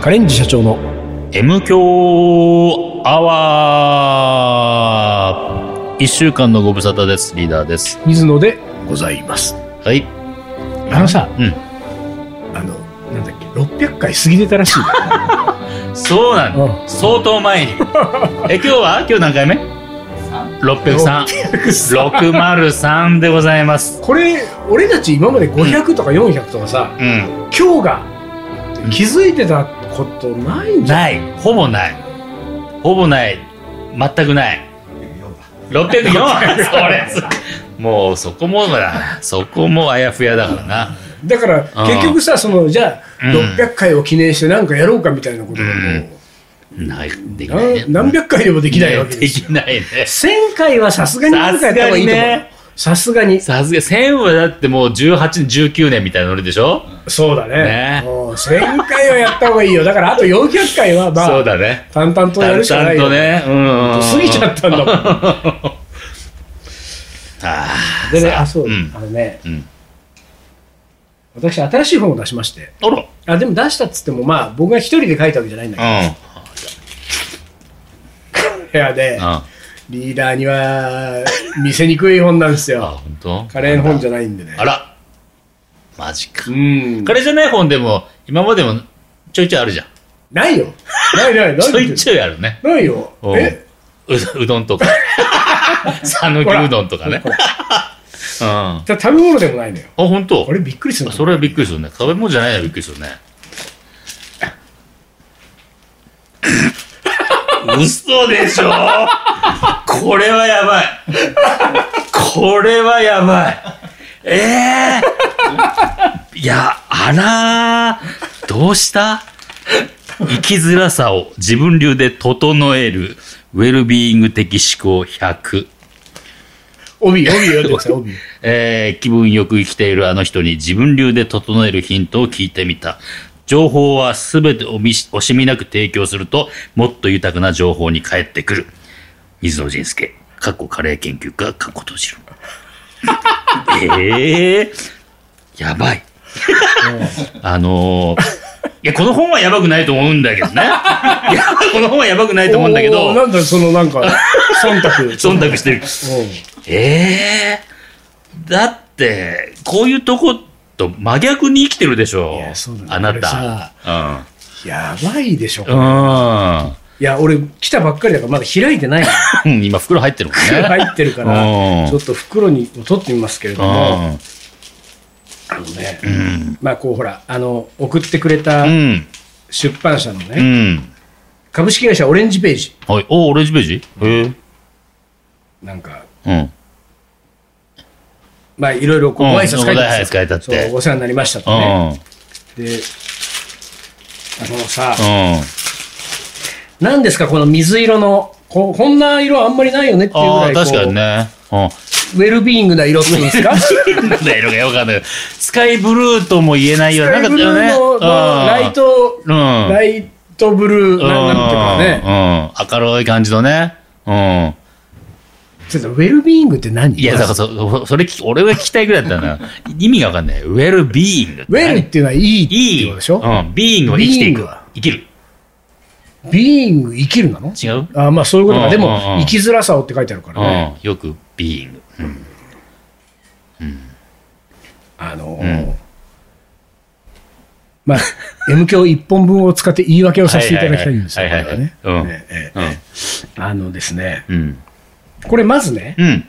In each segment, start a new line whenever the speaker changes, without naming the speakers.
カレンジ社長の
M 強アワー一週間のご無沙汰です。リーダーです。
水野で、
ございます。
はい。
あのさ、
う
あの、なんだっけ、600回過ぎてたらしい。
ん。そうなの。
う
相当 前に。え、今日は今日何回目 ?603。603でございます。
これ、俺たち今まで500とか400とかさ、
うん。
今日が
うん
気づいてたことないんじゃ
ない。ほぼない。ほぼない。全くない。604! それもうそこもだ。そこもあやふやだからな。
だから、
うん
結局さ、その、じゃあ、
うん
600回を記念してなんかやろうかみたいなことがも
ない、でき
う
ないね。
な何百回でもできないわけ
で
です
き
よ。
ないね。
1000回はさすがに何回やった方がいいと思うよさすがに。
さすが、1000はだってもう18、19年みたいなノリでしょ、
そうだね
ね。
もう1000回はやった方がいいよ。だからあと400回はま
そう
あ、
だね。
淡々とや
淡
るしかな
々
いよ。
とね。うんうんうん。
過ぎちゃったんだもん。
あー
でね、
さ
あ、そう、
うん
あのね、
うん
私新しい本を出しまして。
あら。
あ、でも出したっつってもまあ、僕が一人で書いたわけじゃないんだけ
う
ど、部屋で
ん。うん。、あ、
リーダーには見せにくい本なんですよ。
本当
カレーの本じゃないんでね
あ。ら。マジか
う。ん
カ。レーじゃない本でも、今までもちょいちょいあるじゃん。
ないよ。ないない、ない
ちょい
な
ちょいあるね。
いないよ。
うん
え
うどうどん とか。讃岐うどんとかね。うん。あ、
た食べ物でもないのよ。
本当
これびっくりするの
それはびっくりするね。食べ物じゃないのはびっくりするね。嘘でしょこれはやばい。これはやばい。ええいや、あらーどうした生きづらさを自分流で整えるウェルビーイング的思考100。
帯、帯よってさ、 帯。
えー気分よく生きているあの人に自分流で整えるヒントを聞いてみた。情報はすべておみし惜しみなく提供すると、もっと豊かな情報に返ってくる。水野仁介、過去カレー研究家、過去閉じる。ええやばい。あのーいや、この本はやばくないと思うんだけどね。いや、この本はやばくないと思うんだけ
おー
ど、
なんだそのな んか、忖度。
忖度してる。
うん
ええだって、こういうとこと真逆に生きてるでしょ
いやそうだね
あな
俺さ
た。
やばいでしょ。
うん。
いや、俺来たばっかりだからまだ開いてないの。
うん。今、袋入ってるもん ね。
入ってるから、
うん
ちょっと袋に取ってみますけれども、あのね、
うん。
まあこうほら、あの、送ってくれた
うん。
出版社のね、
うん。
株式会社オレンジページ、
はい。お、オレンジページへえ。
なんか、
うん。
まあいろいろこう、
うん
ご挨拶書いてあるんです
ご挨拶書いてあって
そうお世話になりましたと
う
ね。
ん。
で、あのさ、
うん。
何ですかこの水色の、ここんな色あんまりないよねっていうぐ
あ
ら
あ、
いこう
確かにね。うん。
ウェルビーイングな色っていうんですか
なんだ色がよくわかんない。スカイブルーとも言えないような。
ブルーの、まあライ。ト、
うん。
ライトブルー、ななんていうかね。
うん。明るい感じのね。うん。
ちょっとウェルビーイングって何
いや、だからそ、そそれ聞き、俺が聞きたいぐらいだ ったな。意味がわかんない。ウェルビーイング。
ウェルっていうのはいいって
い
いう
い。
ことでしょ
うん。ビーイングは生きてい
ビーイング
く
は。
生きる。
ビーイング生きるなの
違う
あまあそういうことか。で
うんうんう
も、
ん
生きづらさをって書いてあるからね。
うん。よくビーイング。うん。
あの
う
ー、まあ、M 教一本分を使って言い訳をさせていただきたいんですよ。
はいはいはいはい
これはね
うん
ねええあのですね、
うん。
これまずね、
うん。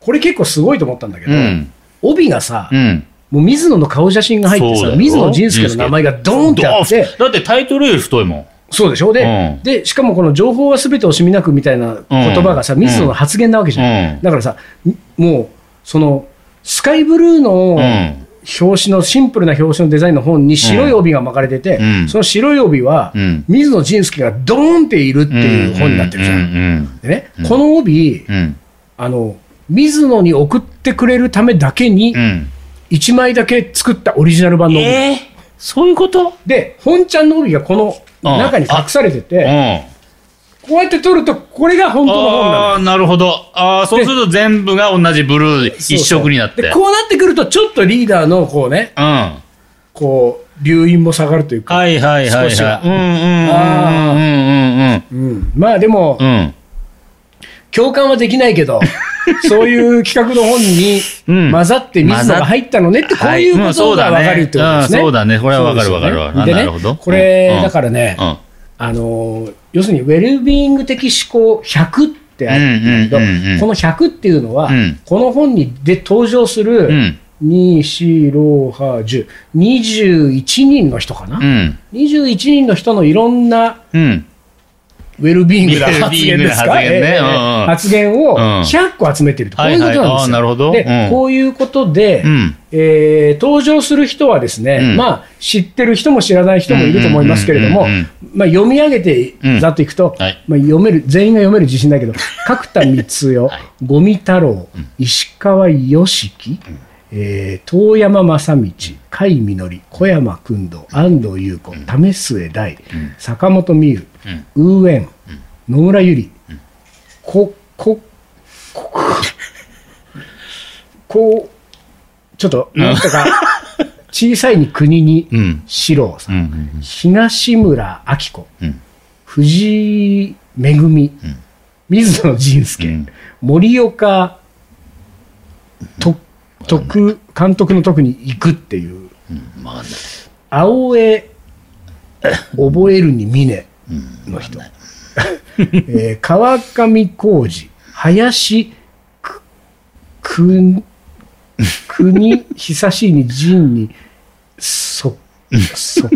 これ結構すごいと思ったんだけど
う、ん。
帯がさ
う、ん。
もう水野の顔写真が入って
そうだ
さ、
よ
水野仁介の名前がドーンってあって、
だってタイトルより太いもん。
そうでしょで,、
うん
で、しかもこの情報はすべて惜しみなくみたいな言葉がさ、
うん
水野の発言なわけじゃん。
うん
だからさ、みもう、その、スカイブルーの
うん。
表紙の、シンプルな表紙のデザインの本に白い帯が巻かれてて、
うん
その白い帯は、
うん
水野仁介がドーンっているっていう本になってるじゃん。
うん。うん
でね、この帯、
うん。
あの、水野に送ってくれるためだけに
う、ん。
1枚だけ作ったオリジナル版の帯。
ええそういうこと
で、本ちゃんの帯がこの中に隠されてて、
うん。あ
こうやって撮ると、これが本当の本なの。
あー、なるほど。ああ、そうすると全部が同じブルー一色になって。
で
う
こうなってくると、ちょっとリーダーの、こうね、
ん。
こう、留飲も下がるというか、
はいはいはい
少しは
はい。うん
うん、まあでも、
うんうんうんうんうん。
共感はできない けど、
そういう企画の本に
うん
混ざって水野が入ったのねって、こういうことが分かるってことですね。
はいうんそうだねうんそうだねこれは分かる分かる分か
そうです
る
よ
な
ね
るほど
でね、これ、
うん
だからね、
うん
あのー要するにウェルビーイング的思考100ってあるんだけど、
うんうんうんうん
この100っていうのは、
うん
この本にで登場する、
うん
2、4、6、8、10、21人の人かな、
うん
21人の人のいろんな
うん
ウェルビーイン グな
ウェル
発
ビーイ
言
ング
で
な
すか、
発言ね
ええええ
うんうん
発言を
うん
100個集めてると、こう
はいいう
ことな
は
んです
い
よ。
あーなるほど
で
うん
こういうことで、
うん
えー登場する人はですね、
うん
まあ、知ってる人も知らない人もいると思いますけれども
うんうんうん、
まあ、読み上げ
う
て
ん
ざっといくと、
はい
まあ、読める全員が読める自信ないけど、角田光代、
はい
五味太郎、石川良樹、えー遠山正道、甲斐実、小山君堂、安藤優子、為末大、坂本美優、ウーエン、野村ゆり、こ、こ、こ、こう、ちょっと、なんとか、小さいに国に、
うん
四郎さ、
うんん
東村明子、
うん
藤井恵、水野仁介、
うん
森岡と徳監督の特に行くっていう、
うんわかんない
青江覚えるに峰の人、 えー川上浩二林くく国久しに陣に即 即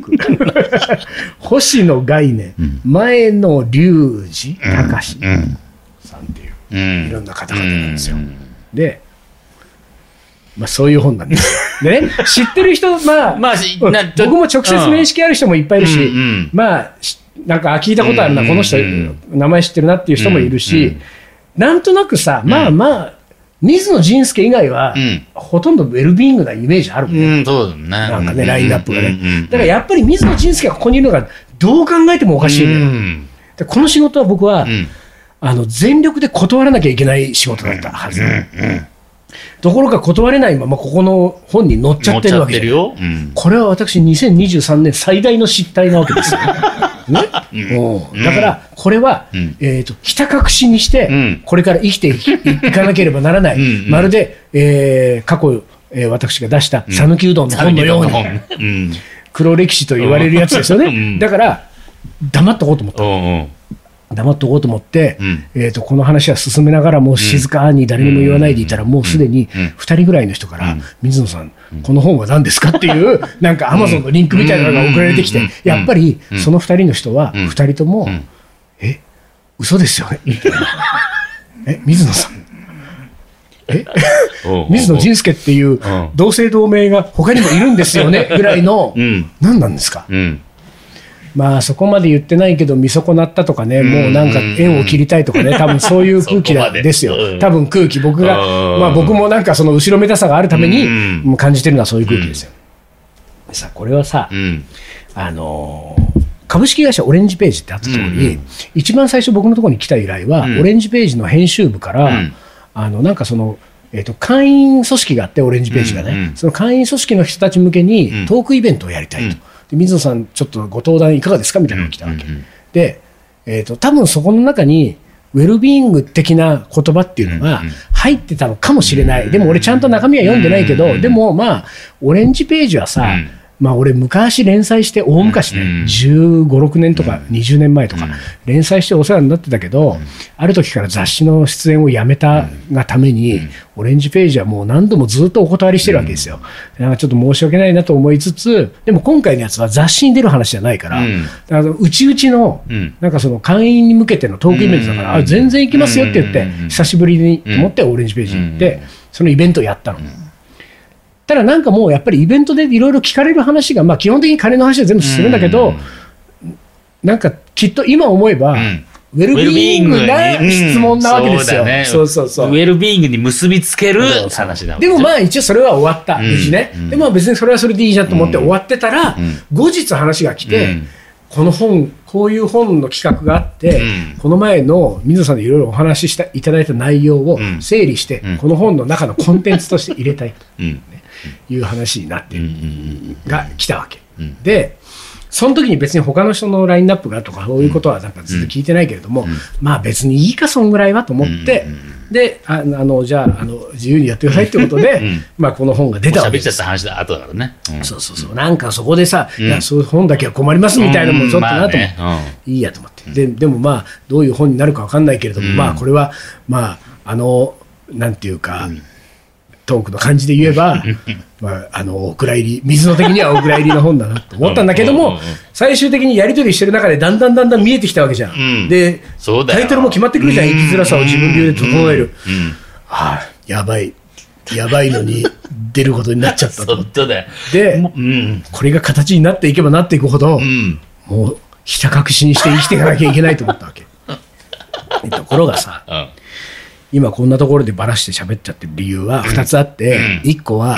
星野概念、前野隆二隆
うん
さんっていう、
うん
いろんな方々なんですよ。で、まあ、そういう本なん ですよ。でね、知ってる人、まあ、
まあし
うん
な
僕も直接面識ある人もいっぱいいるし、
うんうん
まあ、しなんか、あ聞いたことあるな、
うん
この人、
うん
名前知ってるなっていう人もいるし、
うんうん
なんとなくさ、まあまあ、水野仁介以外は、
うん
ほとんどウェルビーイングなイメージあるもんね。
うんそうだねな
なんかね、ラインナップがね。だから
や
やっぱり水野仁介がここにいるのが、どう考えてもおかしいのよ、
うん
でこの仕事は僕は、
うん
あの全力で断らなきゃいけない仕事だったはず、ところが断れないままここの本に載っちゃ
乗
っ
ってち
る
ゃ
わ
っ
け
て
で
るようん
これは私2023年最大の失態なわけ ですよ、ねおうだからこれは、
うん
えー、とひた隠しにして、
うん
これから生きていきいかなければならない
うんうん
まるで、えー過去、えー私が出した「讃岐うどん」の本のように
うん
黒歴史と言われるやつですよね、
うん
だから黙っとこうと思って
うんうん
黙っとこうと思って、
うん
えー、とこの話は進めながらもう静かに誰にも言わないでいたら、もうすでに
うん
2人ぐらいの人から、
うん
水野さん、この本は何ですかって いう、なんかアマゾンのリンクみたいなのが送られてきて、
うん
やっぱり
うん
その2人の人は、
うん
2人とも、
ん
え嘘ですよねみたいなえ水野さんえ
おう
水野仁介っていう同姓同名が他にもいるんですよ ねぐらいの、
うん
何なんですか
うん
まあそこまで言ってないけど見損なったとかね、もうなんか縁を切りたいとか ね、多分そういう空気
そ
な
こま
ん
で
です
う
よ。
ん
多分空気、僕が、
うん
まあ僕もなんかその後ろめたさがあるために
うん
もう感じてるのはそういう空気ですよ。でさ、これはさ
う、ん
あのー株式会社オレンジページってあった通り、一番最初僕のところに来た依頼は、
うん
オレンジページの編集部から、
うん
あのなんかその、えー、と会員組織があって、オレンジページがね、
うんうん
その会員組織の人たち向け
う
に
ん
トークイベントをやりたいと、
うん
で水野さん、ちょっとご登壇いかがですかみたいなのが来たわけ、
うんうんうん
で、えー、と多分そこの中に、ウェルビーイング的な言葉っていうのが
うんうん
入ってたのかもしれない、でも俺、ちゃんと中身は読んでないけど、
うんうん
でもまあ、オレンジページはさ、
うん
まあ、俺、昔連載して、大昔ね、
うん
15、6年とか20年前とか、連載してお世話になってたけど、ある時から雑誌の出演をやめたがために、オレンジページはもう何度もずっとお断りしてるわけですよ。なんかちょっと申し訳ないなと思いつつ、でも今回のやつは雑誌に出る話じゃないから、
うん
あのうちうちの
うん、
なんかその会員に向けてのトークイベントだから、
うん
あ全然行きますよって言って、
うん
久しぶりにと思ってオレンジページに行って、
うん
そのイベントをやったの。ただなんかもうやっぱりイベントでいろいろ聞かれる話が、まあ、基本的に金の話は全部するんだけど、なんかきっと今思えば、
ん
ウェルビーイングな
うん
質問なわけですよ。
そうだね
そうそうそう
ウェルビーイングに結びつける話だもん
でも
あ、
まあ一応それは終わった、
う
無
ん
事ね
うん。
でまあ別にそれはそれでいいじゃんと思って終わってたら
ん、
後日話が来
う
て
ん、
この本、こういう本の企画があって
う、ん
この前の水野さんでいろいろお話ししたいただいた内容を
うん
整理して
うん、
この本の中のコンテンツとして入れたい
うん
という話になって
うんうん
が来たわけ。
うん
で、その時に別に他の人のラインナップがとか、そういうことはなんかずっと聞いてないけれども、まあ別にいいか、そんぐらいはと思って、
うんうん
であ、あの、じゃあ、あの、自由にやってくださいってことで、
ん
まあこの本が出たわけ
喋
で
っちゃっ
す。
た話だ、後だからね。うん
そうそうそう。なんかそこでさ、
ん
いや、そういう本だけは困りますみたいなのもちょっとなと思って。
うんまあね
いいやと思って、ででもまあ、どういう本になるかわかんないけれども、
うん
まあ、これは、まあ、あの、なんていうか、トークの感じで言え ば、まあ、あの、お蔵入り、水の的にはお蔵入りの本だなと思ったんだけど
うんうん
も
うんうん、
最終的にやり取りしてる中で、だんだんだんだん見えてきたわけじゃん。
うん
で
そうだよ
タイトルも決まってくるじゃん、生きづらさを自分流で整える。
うんうんうん
はい、やばい、やばいのに出ることになっちゃったと
そ
思っ
っとだよ。
て。で
も、ううん。
これが形になっていけばなっていくほど、
うん。
もうひた隠しにして生きていかなきゃいけないと思ったわ け。ところがさ、
うん
今こんなところでばらして喋っちゃってる理由は2つあって、
うん
1個は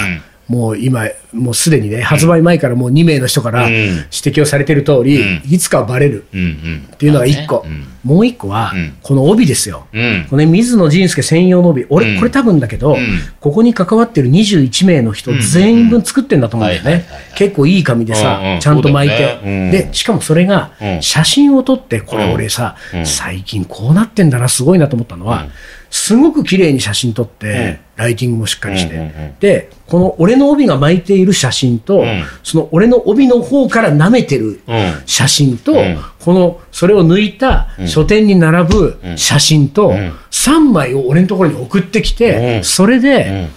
うん、
もう今、もうすでにね、発売前からもう2名の人から
うん
指摘をされてる通り、
うん
いつかはバレる
うんうん。っ
っていうのが1個。もう1個は
うん、
この帯ですよ。
うん。
これ水野仁介専用の帯、
う
俺、
ん
これ多分だけど、
ん
ここに関わってる21名の人全員分作ってんだと思うんだよ
うんうん
ね
はいはいはいは。い
結構いい紙でさ、
うんうん
ちゃんと巻い
そうだ
て
よ、ねうん
で、しかもそれが
うん
写真を撮って、これ俺さ、
うん
最近こうなってんだな、すごいなと思ったのは、
うん
すごく綺麗に写真撮って、
ん
ライティングもしっかりして、
うんうんうん
で、この俺の帯が巻いている写真と、
ん
その俺の帯の方から舐めてる
うん
写真と、
うん
このそれを抜いた書店に並ぶ写真と、
ん
3枚を俺のところに送ってきて、
うん
それで、
ん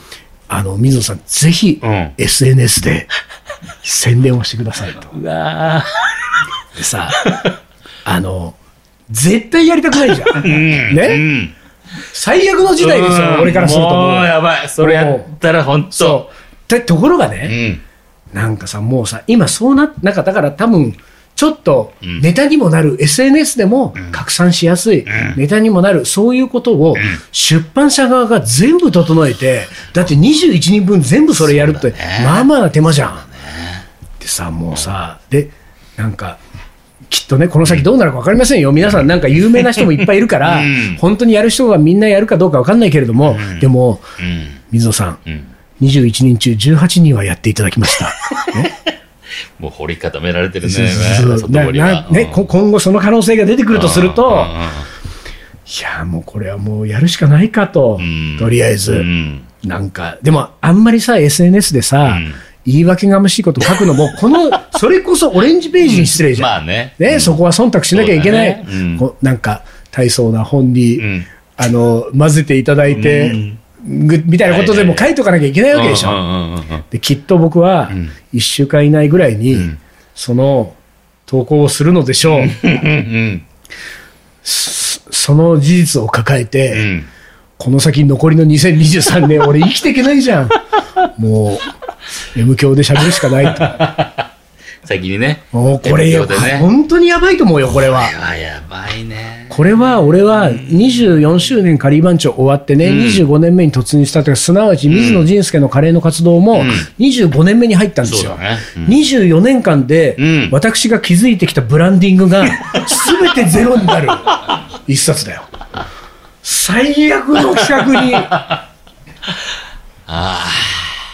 あの水野さん、ぜひ、
うん
SNS で宣伝をしてくださいと。
うわ
でさ、 あの絶対やりたくないじゃん。
ー
ね、
うん。
最悪の事態ですよ、俺からすると
もう
もう。
やばい。それやったら本
そ
当。
う。でところがね、
うん。
なんかさ、もうさ、今そうな、なんかだから多分、ちょっと
ん
ネタにもなる、SNS でも拡散しやすい、ネタにもなる、そういうことを出版社側が全部整えて、だって21人分全部それやるって、まあまあな手間じゃん。でさ、もうさ、で、なんか、きっとね、この先どうなるか分かりませんよ、皆さん、なんか有名な人もいっぱいいるから、
うん
本当にやる人がみんなやるかどうか分かんないけれども、でも、
うん。
水野さん、
うん。
21人中18人はやっていただきま した。ね
もう掘り固められてるね。
そうそう
外
な
堀が
なね、こ今後その可能性が出てくるとすると、
うんうん
いや、もうこれはもうやるしかないかと、
うん
とりあえず、
うん
なんか、でもあんまりさ、SNS でさ、
うん
言い訳がましいこと書くのも、こ の、それこそオレンジページに失礼じゃん。
まあね。
ね、そこは忖度しなきゃいけない、
そうだねうん
こなんか大層な本に、
うん
あの混ぜていただいて、ぐみたいなことでも書いとかなきゃいけないわけでしょ。
うんうんうんうん
できっと僕は
ん
1週間以内ぐらいに、
ん
その投稿をするのでしょう、
うん
その事実を抱えて、
うんうん。
この先残りの2023年俺生きていけないじゃん もう M 教で喋るしかないと
先にね。
もうこれよ、
ということでね
本当にやばいと思うよこれは
ああ、やばいね。
これは俺は24周年カリー番長終わってね、25年目に突入したというかすなわち水野仁介のカレーの活動も25年目に入ったんですよ、
そうだねうん
24年間で
うん
私が築いてきたブランディングが全てゼロになる一冊だよ最悪の企 画に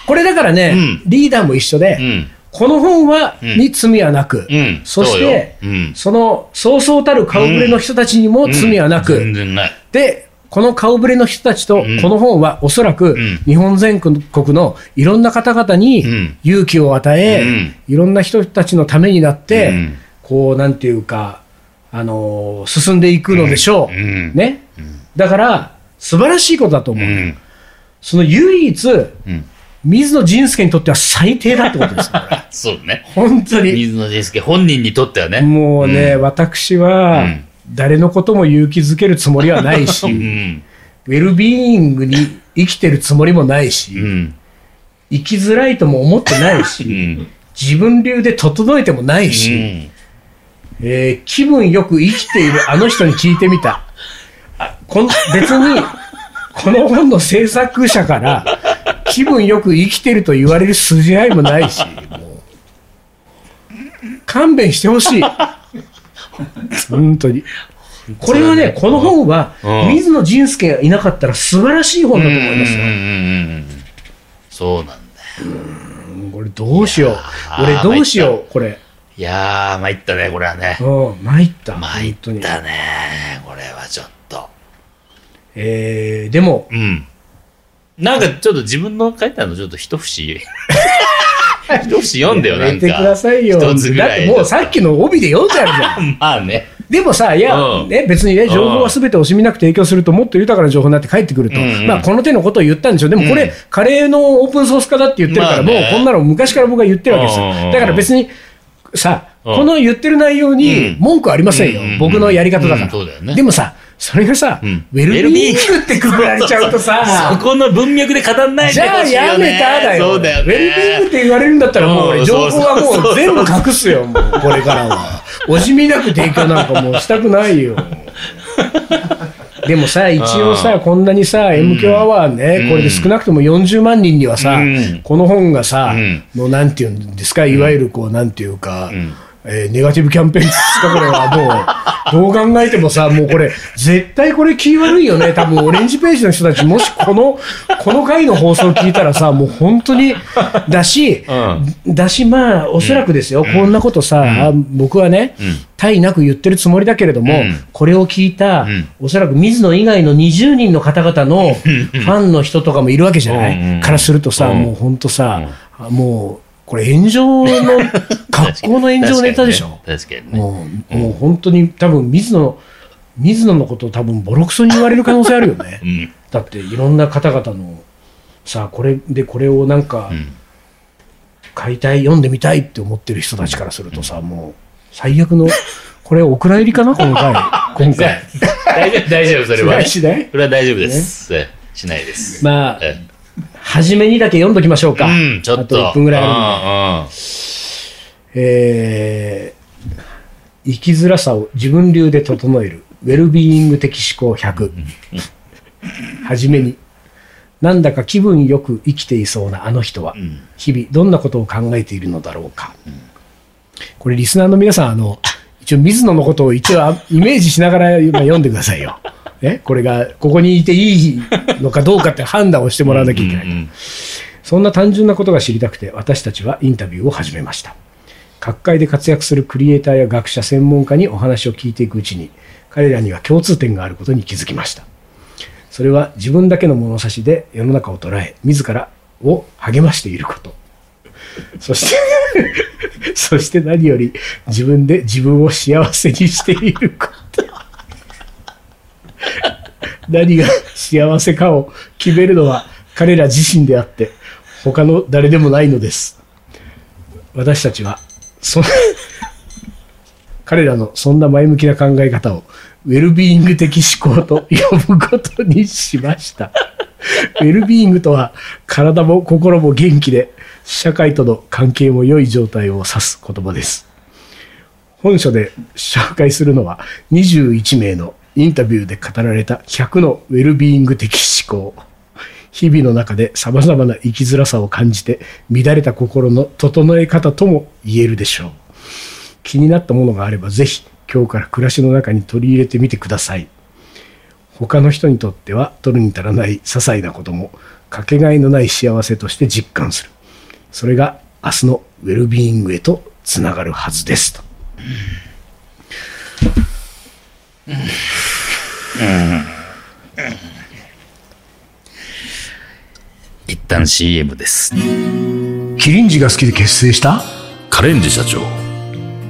これだからね、
う
リーダーも一緒で、
うん。
この本は、
ん
に罪はなく、
うん
そして、
そうようん
そのそうそうたる顔ぶれの人たちにも罪はなく、
全然ない。
で、この顔ぶれの人たちと、
ん
この本はおそらく
ん
日本全国のいろんな方々に
ん
勇気を与え、
うん
いろんな人たちのためになって、
うん
こう、なんていうか、あのー進んでいくのでしょう。
うんうん
ね。だから、素晴らしいことだと思
う
う。
ん。
その唯一、
うん。
水野仁介にとっては最低だってことですよ、 これ
そうね。
本当に。
水野仁介本人にとってはね。
もうね、私は
うん、
誰のことも勇気づけるつもりはないし、
うん。
ウェルビーイングに生きてるつもりもないし、
うん。
生きづらいとも思ってない
うん。う
し、
ん。
自分流で整えてもないし、えー気分よく生きているあの人に聞いてみた。あこん別に、この本の制作者から、気分よく生きてると言われる筋合いもないし、もう勘弁してほしい。本当に。これはね、この本は
う、ん
水野仁介がいなかったら素晴らしい本だと
うん
思いますよ。
うんうんうんそうなんだよ。
これ俺どうしよう
ー
俺どうしようこれ
いやー、参ったね、これはね。
うん参った
参っ
本当に
たね、これはちょっと。
えーでも
うん。なんかちょっと自分の書いたのちょっと 一節。一節読んでよ、な
や
ん
め
か。
てくださいよだ
一
っ
つぐらい
てもうさっきの帯で読んじゃうじ ゃん
まあね。
でもさ、いや、
うん
ね、別にね、情報は全て惜しみなく提供すると、もっと豊かな情報になって返ってくると、
うんうん
まあ、この手のことを言ったんでしょう、でもこれ、
うん
カレーのオープンソース化だって言ってるから、
まあ
もう
ね
こんなの昔から僕は言ってるわけです
うんうんう
よ。
ん
だから別にさ、
うん
この言ってる内容
う
に
ん
文句はありませんよ、
うんうんうん
僕のやり方だから。
うんそうだよね
でもさ、それがさ、
うん
ウェルビーイングってくくられちゃうと
そ
さ、
この文脈で語んない
じ
で
ゃ
ほ
あ
しいよ、ね。
やめただよ
そうだよ
ウェ
ね。
ルビーイングって言われるんだったら、もう
う
俺、
ん
情報は
そう
も
そううそう
全部隠すよ、もう、 これからは。惜しみなく提供なんかもうしたくないよ。でもさ、一応さ、こんなにさ、M 響アワーね、これで少なくとも40万人にはさ
うん、
この本がさ
うん、
もうなんていうんですか、いわゆるこう、なんていうか
ん、
えーネガティブキャンペーンですか、これはもう、どう考えても さ、もうこれ、絶対これ気悪いよね、多分オレンジページの人たち、もしこ の、この回の放送を聞いたらさ、もう本当に、だし、だし、まあ、おそらくですよ、こんなことさ、あ僕はね、他意なく言ってるつもりだけれども、
うん
これを聞いた、
ん
おそらく水野以外の20人の方々のファンの人とかもいるわけじゃない、
うんうん
からするとさ、
うん
もう本当さ、あもう、これ炎上の、格好の炎上ネタでしょ。
確かにね。
もう、もう本当に多分水野、水野のことを多分ボロクソに言われる可能性あるよね。
うん。
だっていろんな方々のさこれでこれをなんか、
ん
買いたい読んでみたいって思ってる人たちからするとさ、もう最悪のこれお蔵入りかなこの 回今
じゃ
回
あ大丈夫、大丈夫、それは、ね。
しない
それは大丈夫です。ええしないです。
まあ
え
初めにだけ読んどきましょう
え
か、
うん、ちょ
あ
っ
と
と。
1分ぐらいあるんで
うんうん
えー生きづらさを自分流で整える、ウェルビーイング的思考100。はじめに、なんだか気分よく生きていそうなあの人は、日々どんなことを考えているのだろうか。これ、リスナーの皆さん、あの、一応、水野のことを一応、あイメージしながら今読んでくださいよ。ね、これが、ここにいていいのかどうかって判断をしてもらわなきゃいけない。
うん
そんな単純なことが知りたくて私たちはインタビューを始めました。各界で活躍するクリエイターや学者、専門家にお話を聞いていくうちに彼らには共通点があることに気づきました。それは自分だけの物差しで世の中を捉え、自らを励ましていること。そして、 そして何より自分で自分を幸せにしていること。 何が幸せかを決めるのは彼ら自身であって、他の誰でもないのです。私たちは、そん 彼らのそんな前向きな考え方を、ウェルビーイング的思考と呼ぶことにしました。 ウェルビーイングとは、体も心も元気で、社会との関係も良い状態を指す言葉です。本書で紹介するのは21名のインタビューで語られた100のウェルビーイング的思考。日々の中で様々な生きづらさを感じて乱れた心の整え方とも言えるでしょう。気になったものがあればぜひ今日から暮らしの中に取り入れてみてください。他の人にとっては取るに足らない些細なこともかけがえのない幸せとして実感する。それが明日のウェルビーイングへとつながるはずですと。
一旦 CM です。
キリンジが好きで結成した
カレンジ社長。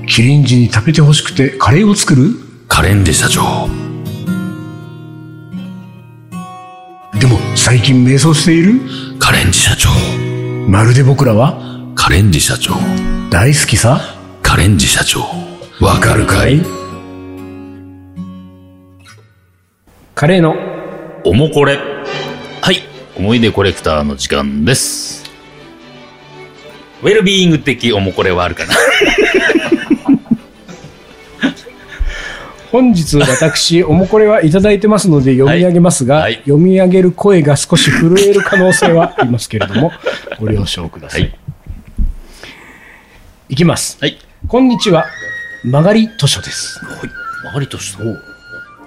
キリンジに食べてほしくてカレーを作る
カレンジ社長。
でも最近迷走している
カレンジ社長。
まるで僕らは
カレンジ社長。
大好きさ
カレンジ社長。わかるかい
カレーの
おもこれ。はい。思い出コレクターの時間です。ウェルビーイング的おもこれはあるかな
本日私おもこれはいただいてますので読み上げますが、
はいはい
読み上げる声が少し震える可能性はありますけれどもご了承くださ、
はいい。
いきます
はい。
こんにちは曲がり図書です
わかりとした。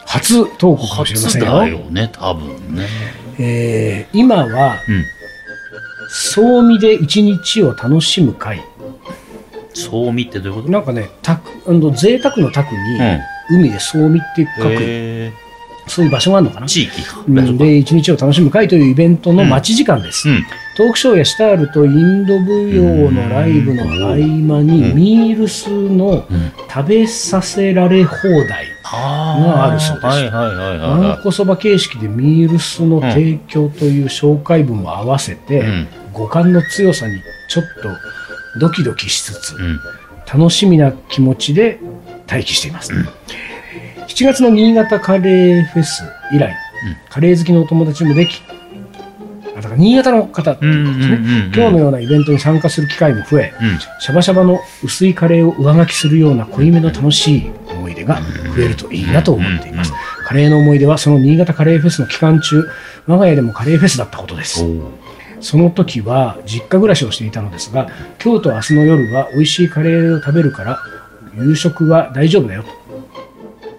初投稿かもしれま
初
せん
だ
よ
よね、多分ね。
えー今は
うん。
総見で一日を楽しむ会。
そう見ってどういうこと
なんかね、たくあの贅沢の宅に、海で総見って書く、
え
そういう場所があるのかな
ー、。地域か。
う
あそ
ん
うか
で、一日を楽しむ会というイベントの待ち時間です。
うん。
トークショーやシタールとインド舞踊のライブの合間に
うん
ミールスの
うん
食べさせられ放題
あ
があるそうです
はいはいはいは
わんこそば形式でミールスの提供という紹介文も合わせて、
いはい。
五感の強さにちょっとドキドキしつつ
うん。うん。
楽しみな気持ちで待機しています、7月の新潟カレーフェス以来、カレー好きのお友達もできあだから新潟の方っていうことですね、
うんうんうんうん
今日のようなイベントに参加する機会も増え、
うん
シャバシャバの薄いカレーを上書きするような濃いめの楽しい思い出が増えるといいなと思っています。カレーの思い出はその新潟カレーフェスの期間中、我が家でもカレーフェスだったことです。
お
その時は実家暮らしをしていたのですが、今日と明日の夜は美味しいカレーを食べるから、夕食は大丈夫だよと。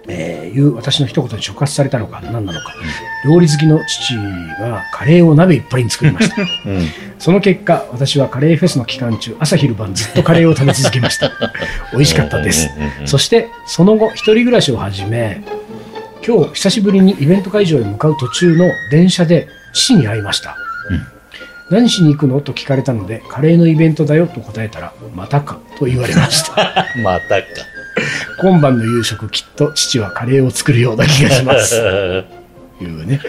えーいう私の一言に触発されたのか何なのか、料理好きの父がカレーを鍋いっぱいに作りました
ーうん。
その結果、私はカレーフェスの期間中、朝昼晩ずっとカレーを食べ続けました。美味しかったです
うんうんうんう。ん
そして、その後、一人暮らしを始め、今日、久しぶりにイベント会場へ向かう途中の電車で父に会いました。
うん
何しに行くのと聞かれたので、カレーのイベントだよと答えたら、またかと言われま した。
またか。
今晩の夕食、きっと父はカレーを作るような気がし ます。いうね。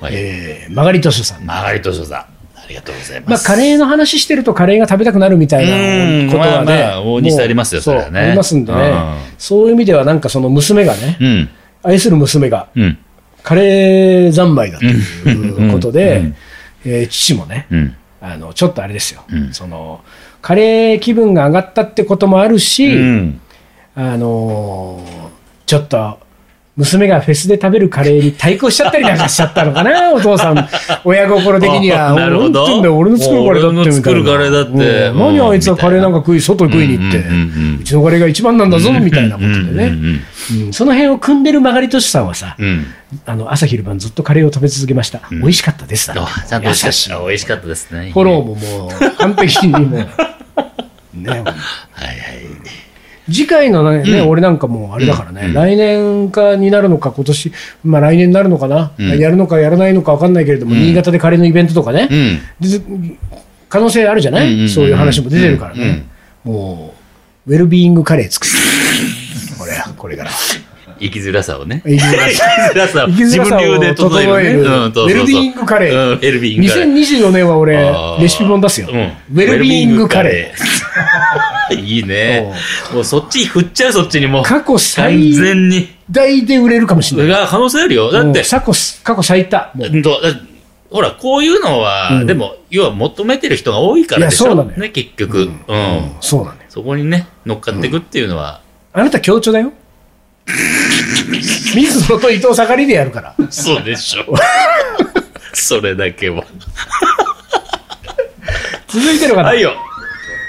はい
えー、曲がり図書さん。
曲がり図書さん、ありがとうござい
ま
ま
あ、
す。
カレーの話してるとカレーが食べたくなるみた
う
い
ん
なことはね、
まあまあ大西ありますよ
もうそ
それはね
うありますんでね、
うん
そういう意味ではなんかその娘がね、
うん。
愛する娘が
うん。
カレー三昧だということで、
うん
えー父もね、
うん。
あのちょっとあれですよ、
うん
そのカレー気分が上がったってこともあるし、
うん。
あのーちょっと。娘がフェスで食べるカレーに対抗しちゃったりなんかしちゃったのかな、お父さん、親心的には。
あなるほど
本当に俺の作るカレーだってみたいな。
俺の作るカレーだって
うん何あいつはカレーなんか食い、外に食いに行って、
うんうんうん
うちのカレーが一番なんだぞ、みたいなことで
うんうん
ね。うんその辺を組んでる曲がりとしさんはさ、
うん。うん。
あの朝昼晩ずっとカレーを食べ続けました。
ん
美味しかったです。だ
あちゃんと
優
美味しかっ
しい。
た。美味しかったですね。
フォローももう完璧 にもう。ね、
はいはい。
次回のね、ね俺なんかもうあれだからね、来年かになるのか、今年、まあ来年になるのかな、
ん
やるのかやらないのか分かんないけれども、新潟でカレーのイベントとかね、
うん。
で可能性あるじゃない、
うんうんうん
そういう話も出てるからね、もう、ウェルビーイングカレー作る。これや、これから。
生きづらさをね。
生きづらさ
生きづらさを
生きづ
自
らさ
分流
を
で
整
整
え
え
るウ
る。うんそ
ェ
うそうそう
ルビーイングカレ
うん
ー
ウ。ェルビーイングカレー。
2024年は俺
あ、ー
レシピ本出すよ。
う
ウ
ん
ェルビーイングカレー。
ー。いいね。もうそっち振っちゃう、そっちにもう。
過去
完
最
全に。
大で売れるかもし
そ
れ
れ
ない。
が可能性あるよ。だっ
も
て
う、過去す過去最多。もう
うんとだほら、こういうのは、
ん
でも、要は求めてる人が多いからでし
いやそ
ょ。
うなのよ
ね、結局。うん。
そうなのよ。
そこにね、乗っかっていくっていうのは、
あなた強調だよ。 水野と伊藤盛りでやるから。
そうでしょ。 それだけは。
続いての方、
はいよ。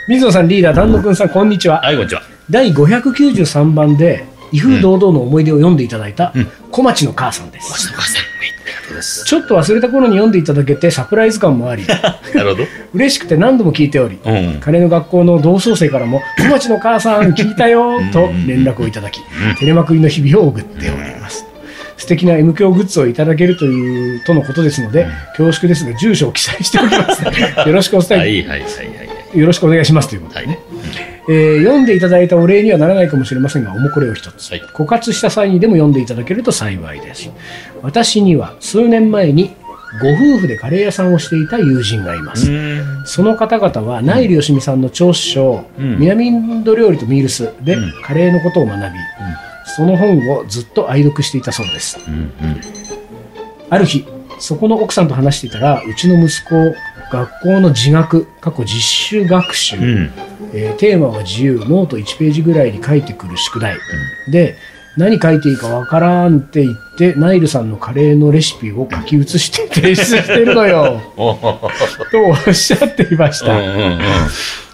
水野さんリーダー、丹野くんさん、こんにちは。
はい、こんにちは。
第593番で、威風堂々の思い出を読んでいただいた、小町の母さんです。
すみません。はい、ありがとうございます。
ちょっと忘れた頃に読んでいただけてサプライズ感もあり、
なるほど。
嬉しくて何度も聞いており、
うん。
彼の学校の同窓生からも、小町の母さん聞いたよと連絡をいただき、テレマクイの日々を送っております。素敵な M 教グッズをいただけるという、とのことですので、恐縮ですが、住所を記載しておきます。 よろしくお伝
は
え、
い、はい、はい、はい。
よろしくお願いしますということ
は
で
い。
ね。えー読んでいただいたお礼にはならないかもしれませんが、おもこれを一つ、
はい
枯渇した際にでも読んでいただけると幸いです。私には数年前に、ご夫婦でカレー屋さんをしていた友人がいます。
うん。
その方々は、ナイルよしみさんの長所、
うん
南インド料理とミールスで、
うん
カレーのことを学び、その本をずっと愛読していたそうです。
うん。うん。
ある日、そこの奥さんと話していたら、うちの息子、学校の自学、過去実習学習、
うん。
えーテーマは自由、ノート1ページぐらいに書いてくる宿題、で、何書いていいかわからんって言って、ナイルさんのカレーのレシピを書き写して提出してるの よ、
おー
とおっしゃっていまし
うん。
た。
うん。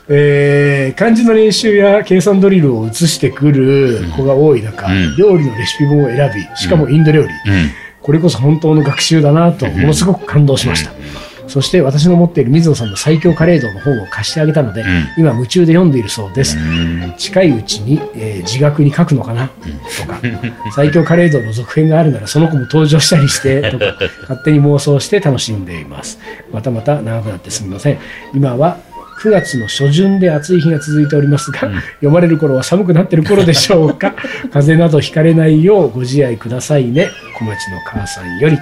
えー漢字の練習や計算ドリルを移してくる子が多い中、
うん
料理のレシピ本を選びしかもインド料理、
うん。
これこそ本当の学習だなとものすごく感動しました、そして私の持っている水野さんの最強カレー道の本を貸してあげたので、
ん
今夢中で読んでいるそうです、
うん
近いうちに、えー自学に書くのかなとか、最強カレードの続編があるならその子も登場したりしてとか、勝手に妄想して楽しんでいます。またまた長くなってすみません。今は9月の初旬で暑い日が続いておりますが、読まれる頃は寒くなってる頃でしょ うか。風邪などひかれないようご自愛くださいね。小町の母さんより。
はい、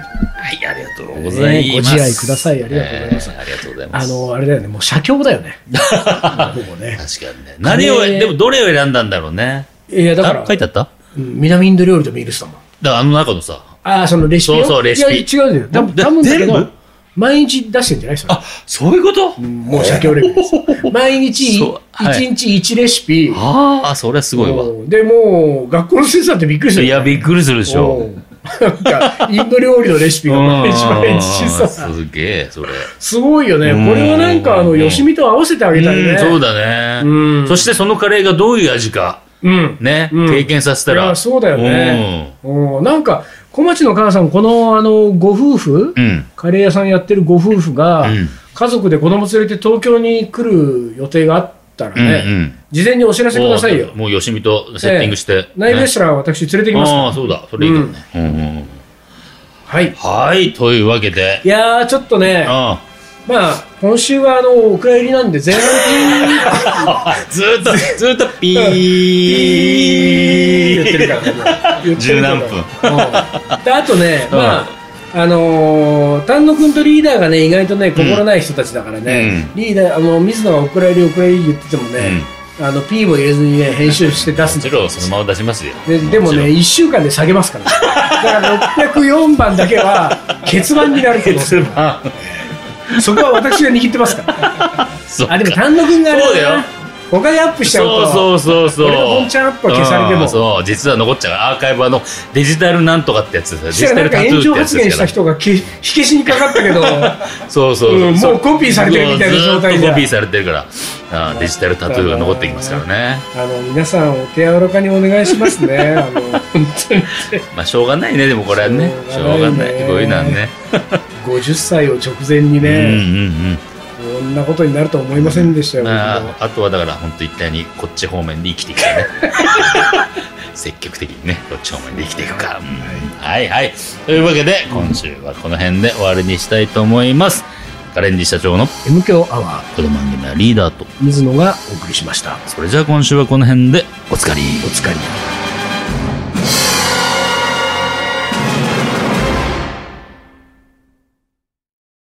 ありがとうございます。
ねご自愛くださいありがとうございます
えーありがとうございま
あ
す。
の、あれだよね、もう写経だよね。 ほぼね。
確かにね。何を、
カレー
でもどれを選んだんだろうね。
いや、だか
あ書
ら、
いてあっただか
うん南インド料理とミールスだもん。
らあの中のさ。
ああ、そのレシピを
そうそうレシピ
いや、違うよ。多分
だ
多分だけ
全部
ど、毎日出してんじゃないそれ
あ、そういうこと
もう写経レベルです。毎日、
そうはい
1日1レシピ。
ああ、それはすごいわ。
うんで、もう、学校の先生だってびっくりする
い
よ
や、びっくりするでしょ。
うんなんか、インド料理のレシピが毎日毎日さ
うん、すげえ、それ。
すごいよね。
うん
これはなんか、あの、吉見と合わせてあげたい
うん
ね。
そうだ
う
ね。
ん
そしてそのカレーがどういう味か、
うん。
ね、
うん
経験させた
い
ら。
やそうだよね。うんなんか、小町の母さん、この、あの、ご夫婦
うん。うん。
カレー屋さんやってるご夫婦が、
うん
家族で子供連れて東京に来る予定があったら
うん
ね、
うん。
事前にお知らせくださいよ。
もう、よしみとセッティングして。
ナイブレ
ね
ストランは私連れてきますから
ああ、そうだ。それいいかもね。うんうん
はい。
はい、というわけで。
いやー、ちょっとね、
あ
まあ、今週はあの、お蔵入りなんで前半に
あずーっと、ずーっとピー
言ってるから、もう言ってるから
十何分
うんで、あとね、まあ、あのー丹野君とリーダーがね、意外とね、心ない人たちだからね、リーダー、あの、水野がお蔵入り、お蔵入り言っててもね、あの、P も入れずにね、編集して出す
も
んだ
ちろん、そのまま出しますよ。
ででもね、
ち
1週間で下げますから、だから604番だけは、欠番になるけど、
ろん、 あ
そこは私が握ってますから、
そう
あでも
か
単独君があれ
そうだ
だ
よ
な、他でアップしちゃうと、
そうそうそうそう
俺の本ちゃんアップは消されても
うんそう実は残っちゃうからアーカイブはあのデジタルなんとかってやつですよデ
そし
ジ
た
タ
らな
ル
んか
タトゥ
炎上
ーってや
発
つで
言し
す
た
から
人がけ火消しにかかったけ ど、
そうそうそう、
うん
そう
もうコピーされてるみたいな状態で
ずーっとコピーされてるからあーデジタルタトゥーが残ってきますからね
あの皆さん、お手柔らかにお願いしますね、あの本当に
まあしょうがないねでもこれはねし
し
ょ
ょ
う
う
が
が
な
ないいね
こういうのはね
50歳を直前にね、
うんうんうん
こんなことになるとは思いませんでしたよ、
ま
僕も
あ、あとはだから本当一体にこっち方面に生きていくか ね積極的にねこっち方面に生きていくか、うんはいはいというわけで今週はこの辺で終わりにしたいと思いますカレンジ社長の
M 強アワ
この番組はリーダーと
ー、水野がお送りしました。
それじゃあ今週はこの辺でおつかり
お疲れ。